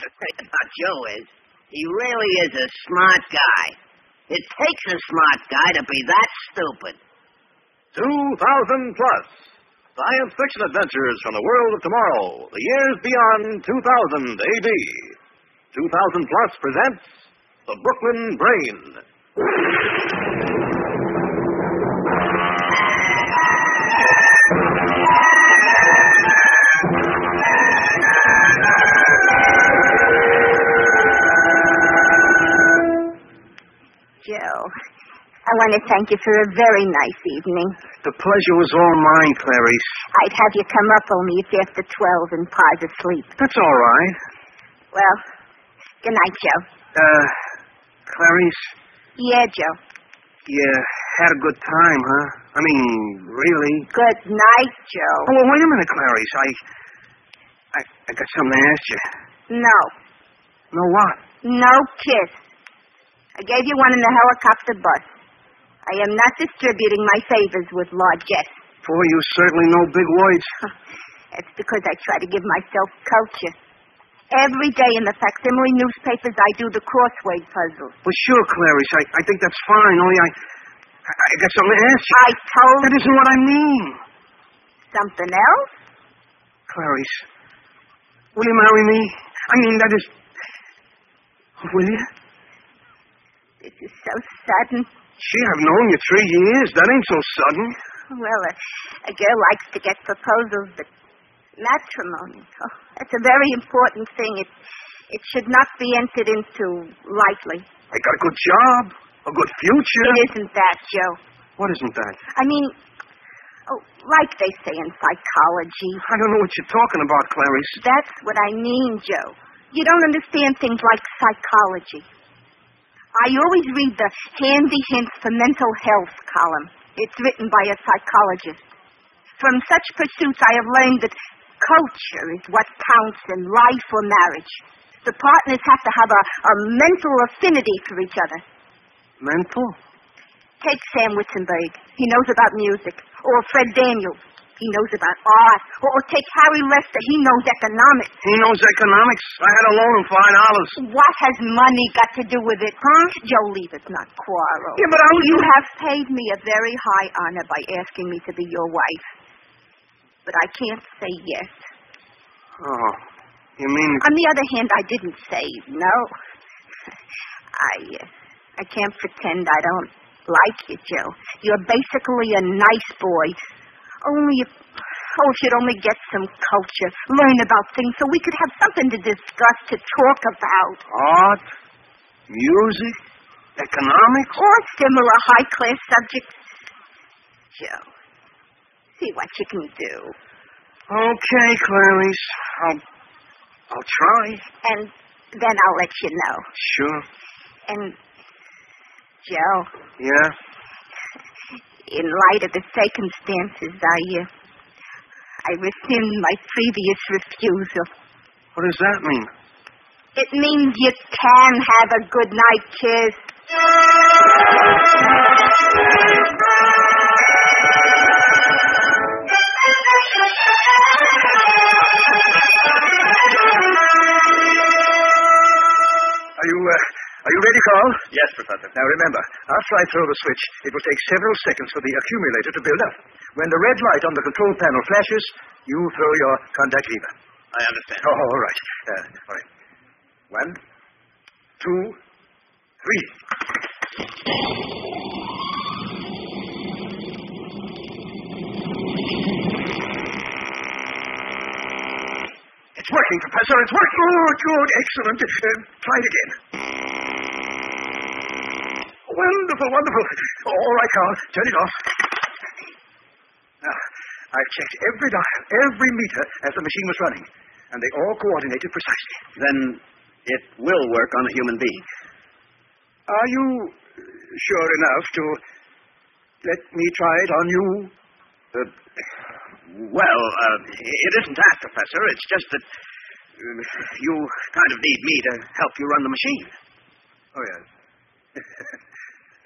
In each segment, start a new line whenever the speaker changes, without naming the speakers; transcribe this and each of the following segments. the thing about Joe is, he really is a smart guy. It takes a smart guy to be that stupid.
2000 plus. Science fiction adventures from the world of tomorrow, the years beyond 2000 AD. 2000 plus presents The Brooklyn Brain.
Joe, I want to thank you for a very nice evening.
The pleasure was all mine, Clarice.
I'd have you come up only it's after 12 and Pa's asleep.
That's all right.
Well, good night, Joe.
Uh, Clarice,
Yeah, Joe.
you had a good time, huh? I mean, really?
Good night, Joe.
Oh, well, wait a minute, Clarice. I, I, I got something to ask you.
No.
No what?
No kiss. I gave you one in the helicopter bus. I am not distributing my favors with largesse.
Boy, you certainly know big words.
That's because I try to give myself culture. Every day in the facsimile newspapers, I do the crossword puzzle.
Well, sure, Clarice. I, I think that's fine. Only I, I, I got something to ask you.
I told
That isn't what I mean,
something else.
Clarice. Will you marry me? I mean, that is. Will you?
This is so sudden.
Gee, I've known you three years. That ain't so sudden.
Well, a, a girl likes to get proposals, but matrimony, oh, that's a very important thing. It, it should not be entered into lightly.
I got a good job, a good future.
It isn't that, Joe.
What isn't that?
I mean, oh, like they say in psychology.
I don't know what you're talking about, Clarice.
That's what I mean, Joe. You don't understand things like psychology. I always read the Handy Hints for Mental Health column. It's written by a psychologist. From such pursuits, I have learned that culture is what counts in life or marriage. The partners have to have a, a mental affinity for each other.
Mental?
Take Sam Witzenberg. He knows about music. Or Fred Daniels. He knows about art. Or, or take Harry Lester. He knows economics.
He knows economics. I had a loan of five dollars.
What has money got to do with it? Huh? Joe, leave it, not quarrel.
Yeah, but I was.
You have paid me a very high honor by asking me to be your wife. But I can't say yes.
Oh, you mean?
On the other hand, I didn't say no. I, uh, I can't pretend I don't like you, Joe. You're basically a nice boy. Only if, oh, if you'd only get some culture, learn about things so we could have something to discuss, to talk about.
Art, music, economics.
or similar high class subjects. Joe, see what you can do.
Okay, Clarice. I'll, I'll try.
And then I'll let you know.
Sure.
And, Joe,
Yeah.
in light of the circumstances, I, uh, I rescind my previous refusal.
What does that mean?
It means you can have a good night kiss.
Are you, uh, are you ready, Carl?
Yes, Professor.
Now remember, after I throw the switch, it will take several seconds for the accumulator to build up. When the red light on the control panel flashes, you throw your contact lever.
I understand.
Oh, all right. Uh, all right. One, two, three. It's working, Professor. It's working. Oh, good. Excellent. Uh, try it again. Wonderful, wonderful. All right, Carl. Turn it off. Now, I've checked every dial, every meter as the machine was running, and they all coordinated precisely.
Then it will work on a human being.
Are you uh, sure enough to let me try it on you?
Uh, well, uh, it isn't that, Professor. It's just that uh, you kind of need me to help you run the machine.
Oh, yes.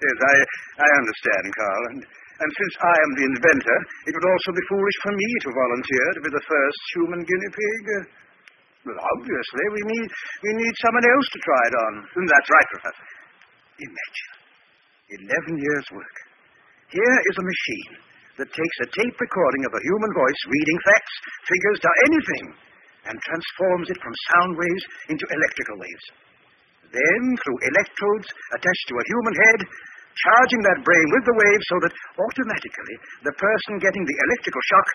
yes, I, I understand, Carl. And, and since I am the inventor, it would also be foolish for me to volunteer to be the first human guinea pig. Uh, Well, obviously, we need, we need someone else to try it on. And that's right, Professor. Imagine. Eleven years' work. Here is a machine that takes a tape recording of a human voice reading facts, figures, to anything, and transforms it from sound waves into electrical waves. Then, through electrodes attached to a human head, charging that brain with the waves so that automatically the person getting the electrical shock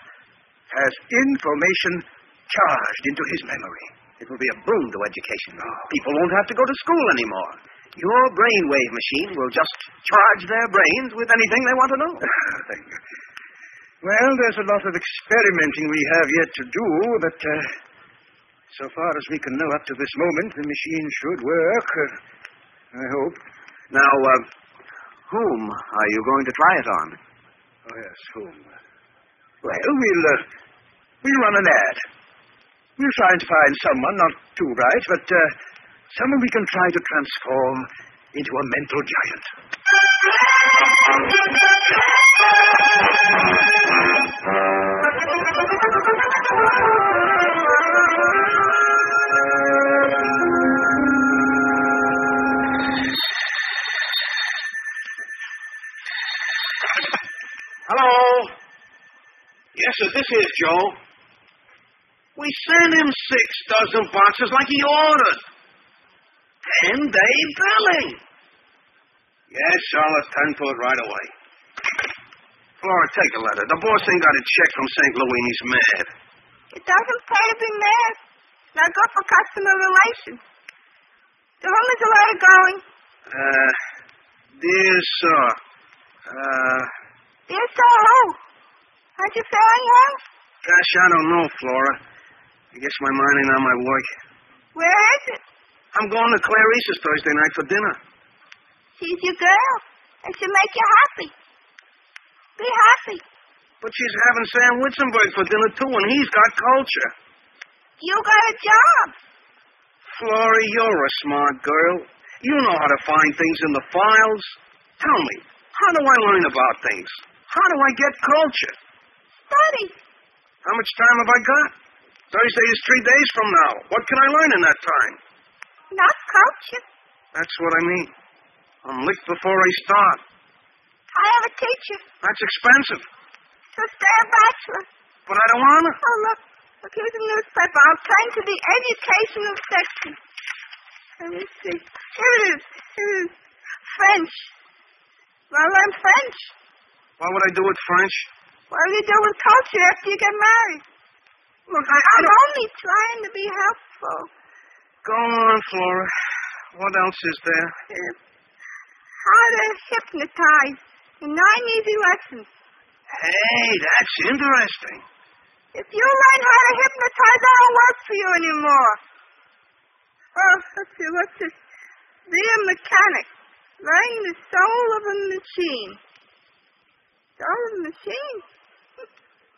has information charged into his memory.
It will be a boon to education.
No.
People won't have to go to school anymore. Your brainwave machine will just charge their brains with anything they want to know.
Thank you. Well, there's a lot of experimenting we have yet to do, but uh, so far as we can know up to this moment, the machine should work. Uh, I hope.
Now, uh, whom are you going to try it on?
Oh, yes, whom? Well, we'll, uh, we'll run an ad. We'll try and find someone, not too bright, but uh, someone we can try to transform into a mental giant.
Hello. Yes, sir, this is Joe. We sent him six dozen boxes like he ordered. Ten day billing. Yes, I'll attend to it right away. Flora, take the letter. The boss ain't got a check from St. Louis and he's mad.
It doesn't pay to be mad. Now go for customer relations. To whom is the letter going?
Uh, dear sir, uh,
Dear Sir Who? Aren't you feeling well?
gosh, I don't know, Flora. I guess my mind ain't on my work.
Where is it?
I'm going to Clarice's Thursday night for dinner.
She's your girl. It should make you happy. Be happy.
But she's having Sam Witzenberg for dinner, too, and he's got culture.
You got a job.
Flora, you're a smart girl. You know how to find things in the files. Tell me, how do I learn about things? How do I get culture?
Study.
How much time have I got? Thursday is three days from now. What can I learn in that time?
Not culture.
That's what I mean. I'm licked before I start.
I have a teacher.
That's expensive,
So stay a bachelor.
but I don't want to.
Oh, look. Look, here's a newspaper. I'm trying to the educational section. Let me see. Here it is. Here it is. French. Well, learn French.
Why would I do it French?
What do you do with culture after you get married?
Look, I, I
I'm
don't...
only trying to be helpful.
Go on, Flora. What else is there?
Uh, How to hypnotize in nine easy lessons.
Hey, that's interesting.
If you learn how to hypnotize, I don't work for you anymore. Oh, let's see, what's this? Be a mechanic. Learning the soul of a machine. Soul of a machine?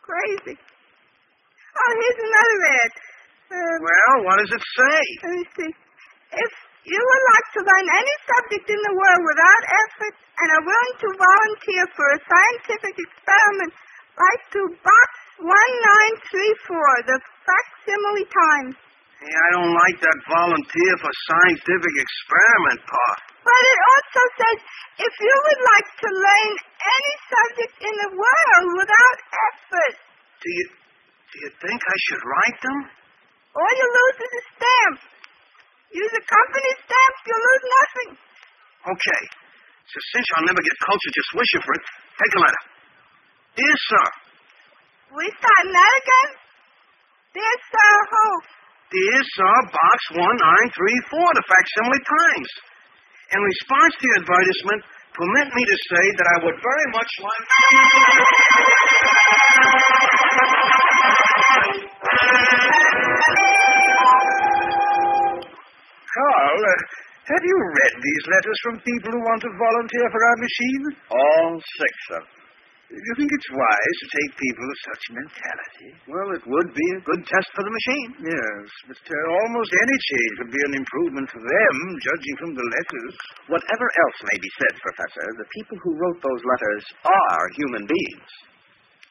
Crazy. Oh, here's another ad. Uh,
Well, what does it say?
Let me see. If you would like to learn any subject in the world without effort and are willing to volunteer for a scientific experiment, write to Box 1934, the facsimile times.
Hey, I don't like that volunteer for scientific experiment part.
But it also says if you would like to learn any subject in the world without effort,
Do you do you think I should write them?
all you lose is a stamp. Use a company stamp, you lose nothing.
Okay. So since I'll never get culture just wishing for it, take a letter. Dear sir,
We starting that again? Dear Sir Who,
dear sir, box one nine three four, the facsimile times. In response to your advertisement, permit me to say that I would very much like.
Carl, uh, have you read these letters from people who want to volunteer for our machine?
All six of them.
Do you think it's wise to take people of such mentality?
Well, it would be a good test for the machine.
Yes, but uh, almost any change would be an improvement for them, judging from the letters.
Whatever else may be said, Professor, the people who wrote those letters are human beings.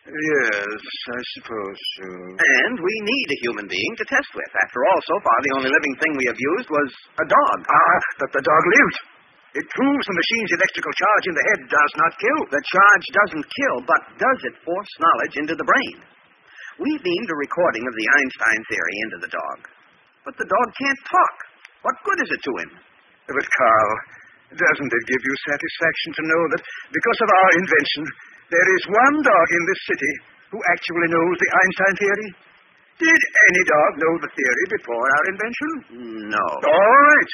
Yes, I suppose so.
And we need a human being to test with. After all, so far, the only living thing we have used was a dog.
Ah, but the dog lived. It proves the machine's electrical charge in the head does not kill.
The charge doesn't kill, but does it force knowledge into the brain? We beamed a recording of the Einstein theory into the dog. But the dog can't talk. What good is it to him?
But, Carl, doesn't it give you satisfaction to know that because of our invention, there is one dog in this city who actually knows the Einstein theory? Did any dog know the theory before our invention?
No.
All right.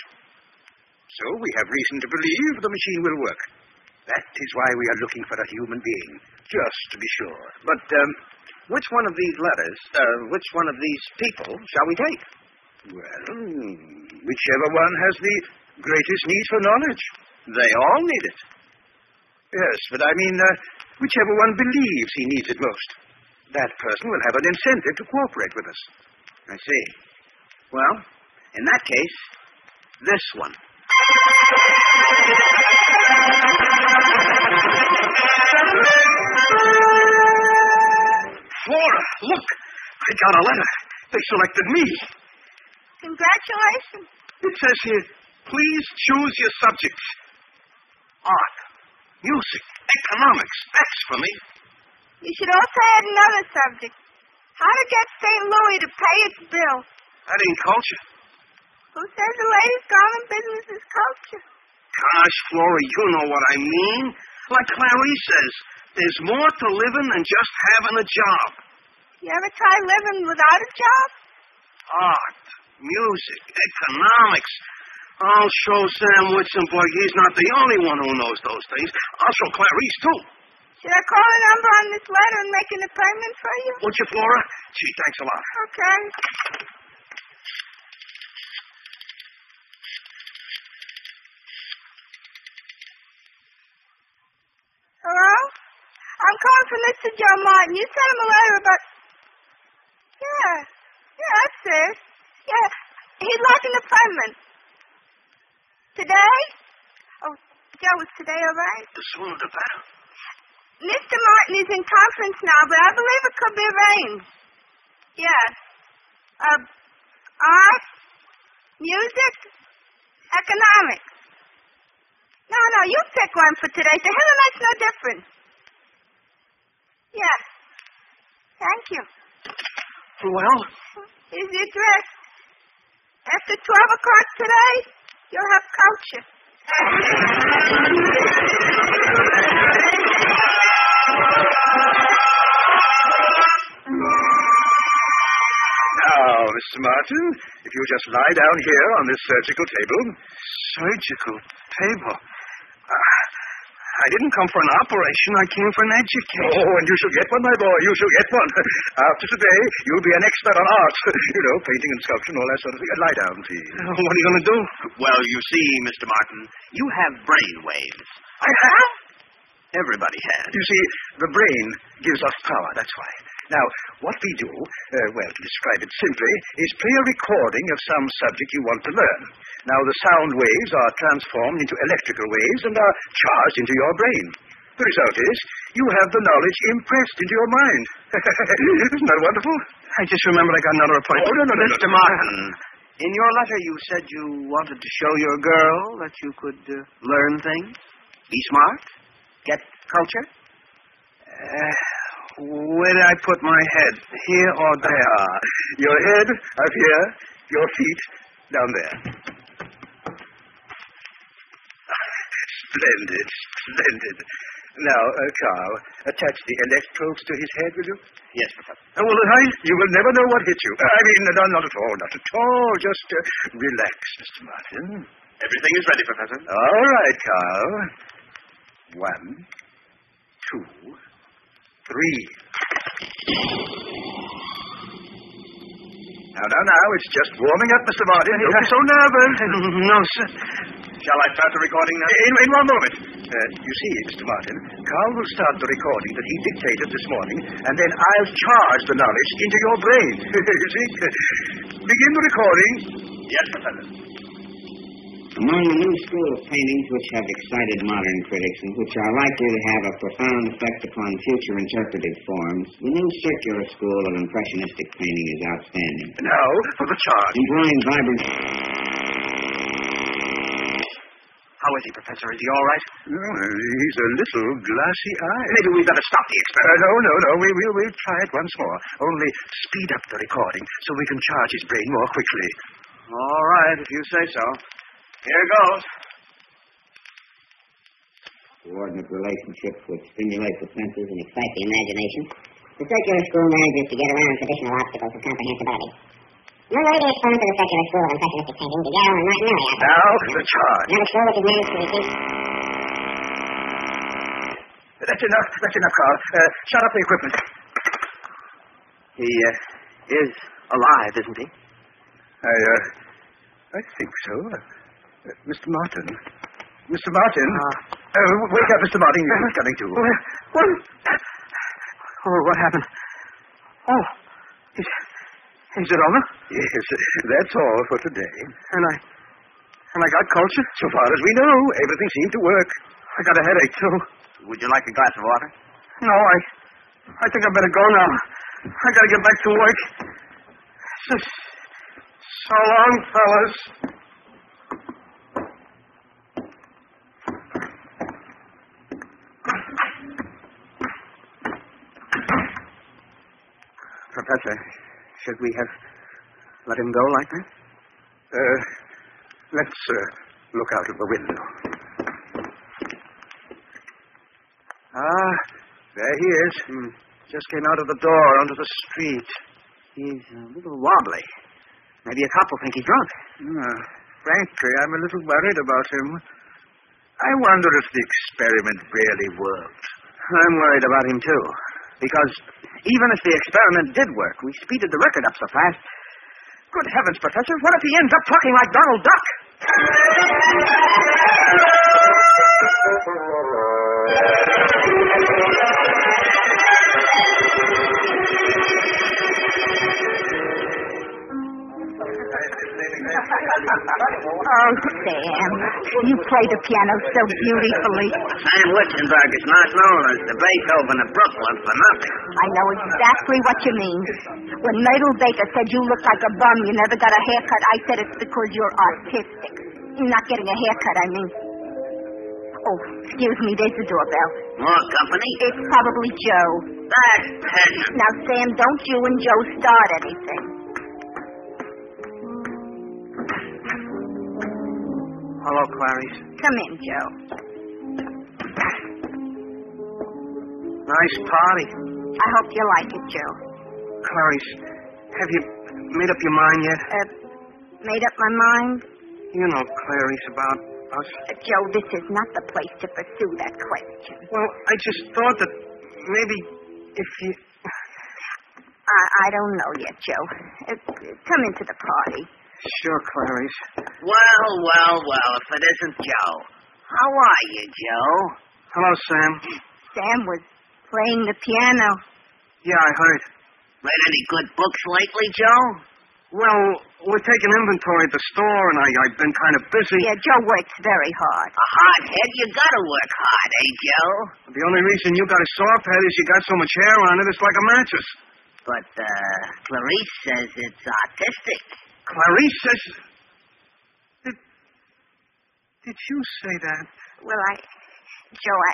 So we have reason to believe the machine will work. That is why we are looking for a human being, just to be sure.
But um, which one of these letters, uh, which one of these people shall we take?
Well, whichever one has the greatest need for knowledge.
They all need it.
Yes, but I mean, uh, whichever one believes he needs it most. That person will have an incentive to cooperate with us.
I see. Well, in that case, this one.
Flora, look! I got a letter. They selected me.
Congratulations.
It says here, please choose your subjects. Art, music, economics. That's for me.
You should also add another subject. How to get St. Louis to pay its bill.
That ain't culture.
Who says the latest common business is culture?
Gosh, Flora, you know what I mean. Like Clarice says, there's more to living than just having a job.
You ever try living without a job?
Art, music, economics. I'll show Sam Witzenberg he's not the only one who knows those things. I'll show Clarice, too.
Should I call a number on this letter and make an appointment for you?
Won't you, Flora? Gee, thanks a lot.
Okay. Hello? I'm calling for Mr. Joe Martin. You sent him a letter about. Yeah. Yeah, that's it. Yeah. He'd like an appointment. Today? Oh, Joe, was today all right?
The sooner the better.
Mr. Martin is in conference now, but I believe it could be arranged. Yes. Uh, art, music, economics. No, no, you pick one for today. To him, it makes no difference. Yes. Thank you.
Well,
Is the address? After 12 o'clock today, you'll have culture.
now, Mr. Martin, if you just lie down here on this surgical table. Surgical table? Ah, I didn't come for an operation. I came for an education. Oh, and you shall get one, my boy. You shall get one. After today, you'll be an expert on art. you know, painting and sculpture and all that sort of thing. Lie down, please.
What are you going to do? Well, you see, Mr. Martin, you have brain waves.
I have?
Everybody has.
You see, the brain gives off power, that's why. Now, what we do, uh, well, to describe it simply, is play a recording of some subject you want to learn. Now, the sound waves are transformed into electrical waves and are charged into your brain. The result is, you have the knowledge impressed into your mind. Isn't that wonderful? Oh,
I just remembered I got another
appointment.
Mr. Martin, in your letter you said you wanted to show your girl that you could uh, learn things, be smart, get culture.
Uh, where did I put my head? Here or there? your head up here, your feet down there. splendid, splendid. Now, uh, Carl, attach the electrodes to his head, will you?
Yes, Professor.
Oh, well, I, you will never know what hit you. I mean, no, not at all, not at all. Just uh, relax, Mr. Martin.
Everything is ready, Professor.
All right, Carl. One, two, three. Now, now, now, it's just warming up, Mr. Martin. Don't be so nervous. no, sir.
Shall I start the recording now?
In, in one moment. Uh, you see, Mr. Martin, Carl will start the recording that he dictated this morning, and then I'll charge the knowledge into your brain. you see? Begin the recording
Yes, Professor.
Among the new school of paintings which have excited modern critics and which are likely to have a profound effect upon future interpretive forms, the new circular school of impressionistic painting is outstanding.
Now for the charge.
Employing vibrant
How is he, Professor? Is he all right?
Well, he's a little glassy-eyed.
Maybe we'd better stop the
Uh,
experiment.
no, no, no. We, we, we'll try it once more. Only speed up the recording so we can charge his brain more quickly.
All right, if you say so. Here goes.
coordinate relationships which stimulate the senses and excite
Excite the imagination. The circular school manages to get around traditional obstacles of comprehensibility. Among the earliest forms of the circular school of impressionistic painting, Daguerre and Martinelli are
Now for the charge.
another school which has managed to reduce
That's enough. That's enough, Carl. Uh, shut up the equipment.
He uh, is alive, isn't he?
I, uh, I think so. Uh, Mr. Martin. Mr. Martin.
Ah.
Uh, wake up, Mr. Martin.
Uh-huh.
He's coming to.
What? Oh, what happened? Oh, is, is it over?
Yes, that's all for today.
And I, and I got culture.
So far as we know, everything seemed to work.
I got a headache too.
Would you like a glass of water?
No, I, I think I better go now. I gotta get back to work. So, so long, fellas.
Professor, should we have let him go like that? Uh, let's uh, look out of the window. Ah, there he is.
Hmm. Just came out of the door onto the street. He's a little wobbly. Maybe a cop will think he's drunk.
Hmm, frankly, I'm a little worried about him. I wonder if the experiment really worked.
I'm worried about him too, because even if the experiment did work, we speeded the record up so fast. Good heavens, Professor! What if he ends up talking like Donald Duck?
Oh, Sam, you play the piano so beautifully.
Sam Lichtenberg is not known as the Beethoven of Brooklyn for nothing.
I know exactly what you mean. When Myrtle Baker said you look like a bum, you never got a haircut, I said it's because you're artistic. Not getting a haircut, I mean. Oh, excuse me, there's the doorbell.
More company?
It's probably Joe.
That peasant.
Now, Sam, don't you and Joe start anything.
Hello, Clarice.
Come in, Joe.
Nice party,
I hope you like it, Joe.
Clarice. Have you made up your mind yet?
Uh, made up my mind?
You know, Clarice, about us.
Uh, Joe, this is not the place to pursue that question.
Well, I just thought that maybe if you.
I, I don't know yet, Joe. Uh, come into the party.
Sure, Clarice.
Well, well, well, if it isn't Joe. How are you, Joe?
Hello, Sam.
Sam was playing the piano.
Yeah, I heard.
Read any good books lately, Joe?
Well, we're taking inventory at the store, and I, I've been kind of busy.
Yeah, Joe works very hard.
A hard head, you gotta work hard, eh, Joe?
The only reason you got a soft head is you got so much hair on it, it's like a mattress.
But, uh, Clarice says it's artistic.
Clarice says. Did, did you say that?
Well, I, Joe, I,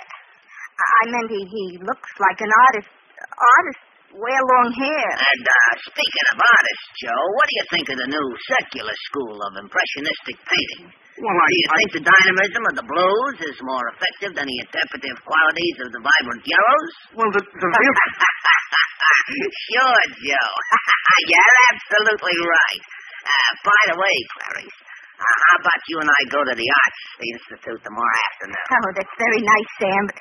I meant he, he looks like an artist. Artists wear long hair.
And, uh, speaking of artists, Joe, what do you think of the new secular school of impressionistic painting?
Well, I.
Do you
I
think the dynamism of the blues is more effective than the interpretive qualities of the vibrant yellows?
well, the, the real.
sure, Joe. You're absolutely right. Uh, by the way, Clarice, uh, how about you and I go to the Arts Institute tomorrow afternoon?
Oh, that's very nice, Sam. But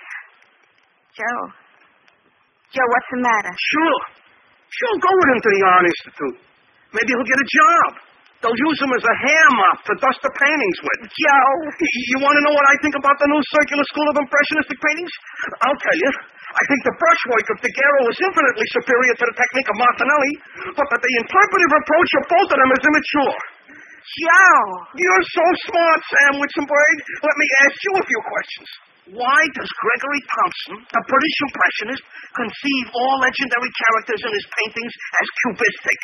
Joe, Joe, what's the matter?
Sure. Sure, go with him to the Art Institute. Maybe he'll get a job. They'll use him as a hair mop to dust the paintings with.
Joe,
You want to know what I think about the new circular school of impressionistic paintings? I'll tell you. I think the brushwork of Daguerre was infinitely superior to the technique of Martinelli, but that the interpretive approach of both of them is immature.
Joe.
You're so smart, Sandwich Bird. Let me ask you a few questions. Why does Gregory Thompson, the British impressionist, conceive all legendary characters in his paintings as cubistic?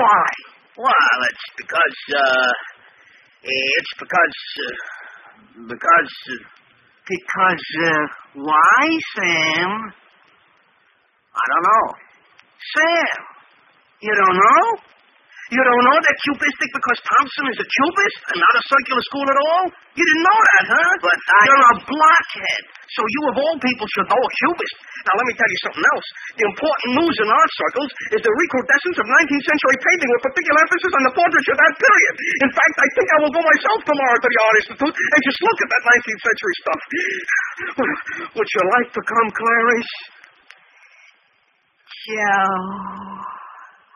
Why?
Well, it's because, uh, it's because, uh, because, uh, because, uh, why, Sam? I don't know.
Sam, you don't know? You don't know that cubistic because Thompson is a cubist and not a circular school at all? You didn't know that, huh?
But I-
You're a blockhead. So you of all people should know a cubist. Now let me tell you something else. The important news in our circles is the recrudescence of 19th century painting with particular emphasis on the portraiture of that period. In fact, I think I will go myself tomorrow to the Art Institute and just look at that 19th century stuff. Would- Would your life become Clarice?
Joe.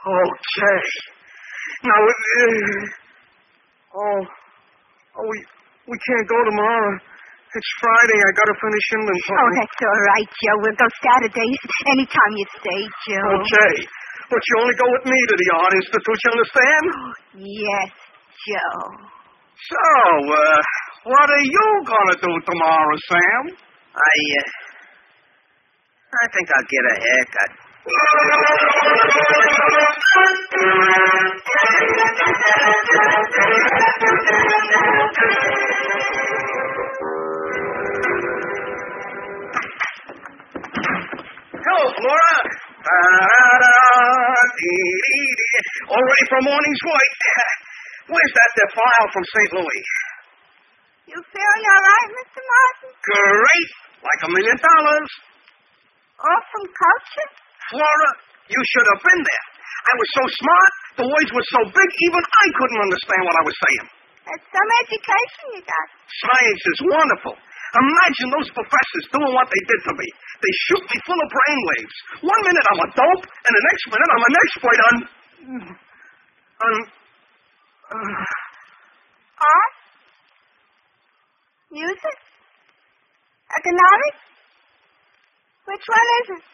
Okay. Now, uh, oh, oh, we we can't go tomorrow. It's Friday. I gotta finish England.
Oh, that's all right, Joe. We'll go Saturday anytime you say, Joe.
Okay. But you only go with me to the Art Institute, you understand?
Yes, Joe.
So, uh, what are you gonna do tomorrow, Sam?
I, uh, I think I'll get a haircut.
Hello, Flora. Da-da-da-dee-dee-dee. All ready for morning's work. Where's that there file from St. Louis?
You feeling all right, Mr. Martin?
Great. Like a million dollars.
All from culture?
Flora, you should have been there. I was so smart, the words were so big, even I couldn't understand what I was saying.
That's some education you got.
Science is wonderful. Imagine those professors doing what they did to me. They shoot me full of brainwaves. One minute I'm a dope, and the next minute I'm an expert on. on. Uh,
Art? Music? Economics? Which one is it?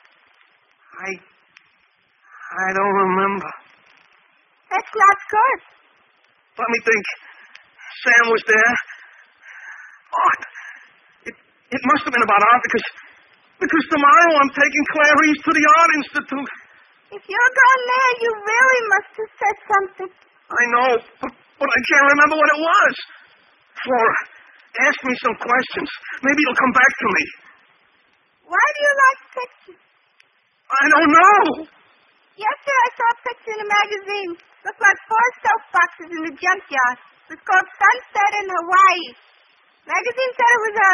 I. I don't remember.
That's not good.
Let me think. Sam was there. Art. It, it must have been about art because because tomorrow I'm taking Clarice to the Art Institute.
If you're gone there, you really must have said something.
I know, but, but I can't remember what it was. Flora, ask me some questions. Maybe it'll come back to me.
Why do you like pictures?
I don't know.
Yesterday I saw a picture in a magazine. Looked like four soap boxes in the junkyard. It was called Sunset in Hawaii. Magazine said it was a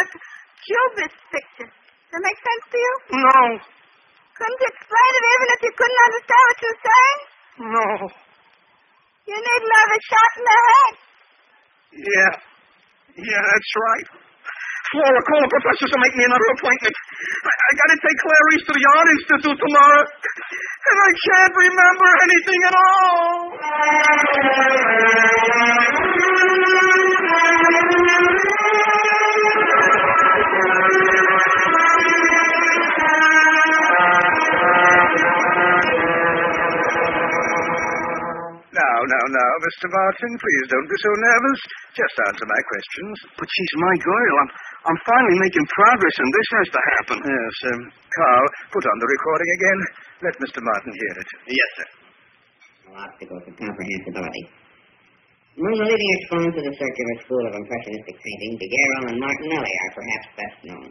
cubist picture. Does that make sense to you?
No,
Couldn't you explain it even if you couldn't understand what you were saying?
no.
You need another shot in the head.
Yeah. Yeah, that's right. Flora, call the professors and make me another appointment. I, I gotta take Clarice to the Art Institute tomorrow. And I can't remember anything at all.
Now, now, now, Mr. Martin, please don't be so nervous. Just answer my questions.
But she's my girl. I'm, I'm finally making progress, and this has to happen.
Yes, um, Carl, put on the recording again. Let Mr. Martin hear it.
Yes, sir.
no obstacles to comprehensibility. Among the leading exponents of the circular school of impressionistic painting, Daguerre and Martinelli are perhaps best known.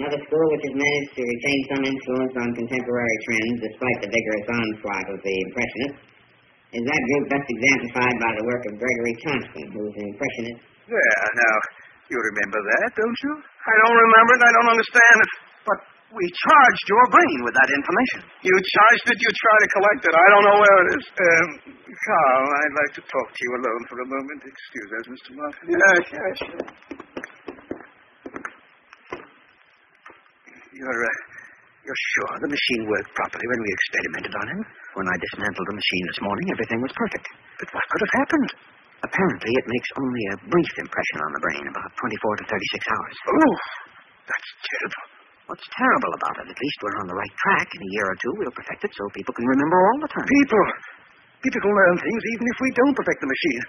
Another school which has managed to retain some influence on contemporary trends despite the vigorous onslaught of the impressionists is that group best exemplified by the work of Gregory Thompson, who was an impressionist
There, now, you remember that, don't you?
I don't remember it. I don't understand it.
But we charged your brain with that information.
You charged it. You try to collect it. I don't know where it is.
Um, Carl, I'd like to talk to you alone for a moment. Excuse us, Mr. Martin.
Yes, yes.
You're, uh, you're sure the machine worked properly when we experimented on him? When I dismantled the machine this morning, everything was perfect. But what could have happened? Apparently, it makes only a brief impression on the brain, about 24 to 36 hours.
Oh, that's terrible.
What's terrible about it? At least we're on the right track. In a year or two, we'll perfect it so people can remember all the time.
People. People can learn things even if we don't perfect the machine.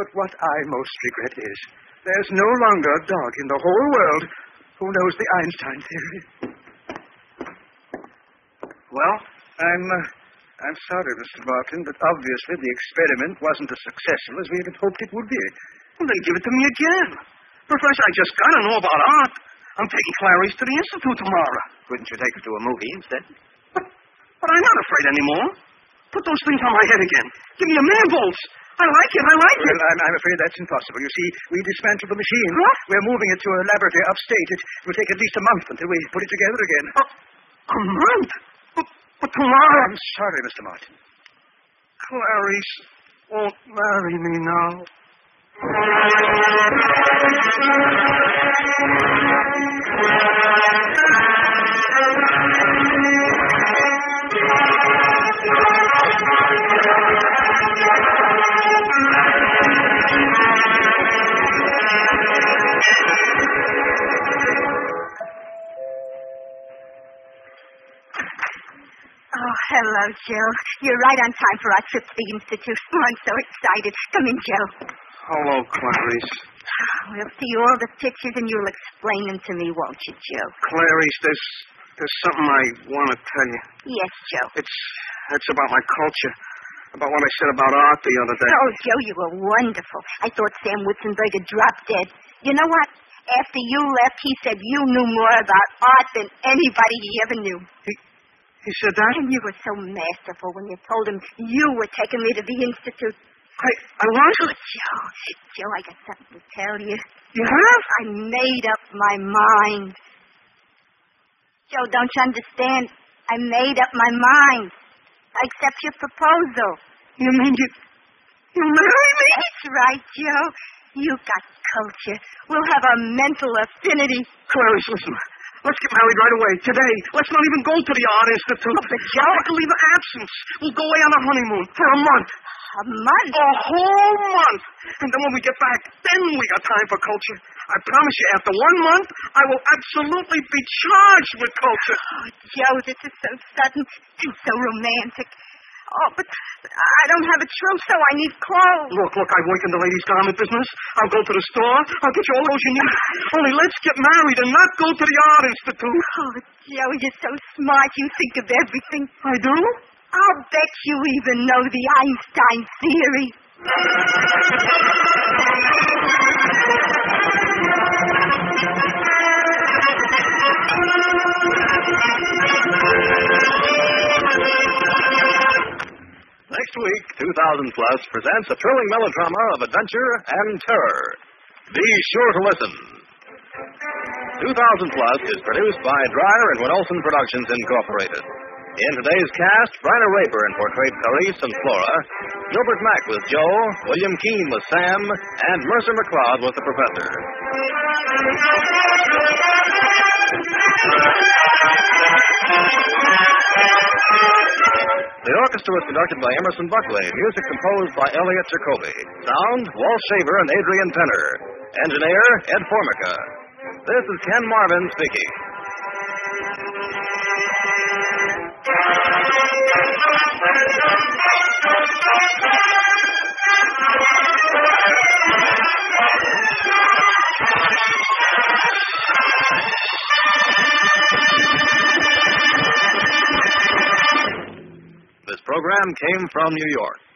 But what I most regret is there's no longer a dog in the whole world who knows the Einstein theory. Well, I'm. Uh, I'm sorry, Mr. Martin, but obviously the experiment wasn't as successful as we had hoped it would be.
Well, they give it to me again. Professor, I just gotta know about art. I'm taking Clarice to the Institute tomorrow. Couldn't you take her to a movie instead? But, but I'm not afraid anymore. Put those things on my head again. Give me a man bolts. I like it. I like it.
Well, I'm, I'm afraid that's impossible. You see, we dismantled the machine.
What?
We're moving it to a laboratory upstate. It will take at least a month until we put it together again.
A, a month? But, but tomorrow.
I'm sorry, Mr. Martin. Clarice won't marry me now.
Oh, hello, Joe. You're right on time for our trip to the Institute. Oh, I'm so excited. Come in, Joe.
Hello, Clarice.
We'll see all the pictures and you'll explain them to me, won't you, Joe?
Clarice, there's there's something I want to tell you.
Yes, Joe.
It's it's about my culture, about what I said about art the other day.
Oh, Joe, you were wonderful. I thought Sam Witzenberger dropped dead. You know what? After you left, he said you knew more about art than anybody he ever knew.
He said that.
And you were so masterful when you told him you were taking me to the Institute.
I
Oh,
I wasn't.
Joe, Joe, I got something to tell you.
You have?
I made up my mind. Joe, don't you understand? I made up my mind. I accept your proposal.
You mean you you marry me?
That's right, Joe. You got culture. We'll have a mental affinity.
Clarice, listen. Let's get married right away, today. Let's not even go to the Art Institute.
But Joe-
I'll leave an absence. We'll go away on a honeymoon for a month.
A month.
A whole month. And then when we get back, then we got time for culture. I promise you, after one month, I will absolutely be charged with culture.
Oh, Joe, this is so sudden and so romantic. Oh, but I don't have a trunk, so I need clothes.
Look, look, I work in the ladies' garment business. I'll go to the store. I'll get you all those you need. Only let's get married and not go to the Art Institute.
Oh, Joe, you're so smart. You think of everything.
I do?
I'll bet you even know the Einstein theory.
Next week, 2000 Plus presents a thrilling melodrama of adventure and terror. Be sure to listen. 2000 Plus is produced by Dreyer and Winolson Productions Incorporated. In today's cast, Bryna Rayburn portrayed Clarice and Flora, Gilbert Mack was Joe, William Keene was Sam, and Mercer McLeod was the professor. The orchestra was conducted by Emerson Buckley, music composed by Elliot Jacoby. Sound, Walt Shaver and Adrian Penner. Engineer, Ed Formica. This is Ken Marvin speaking. This program came from New York.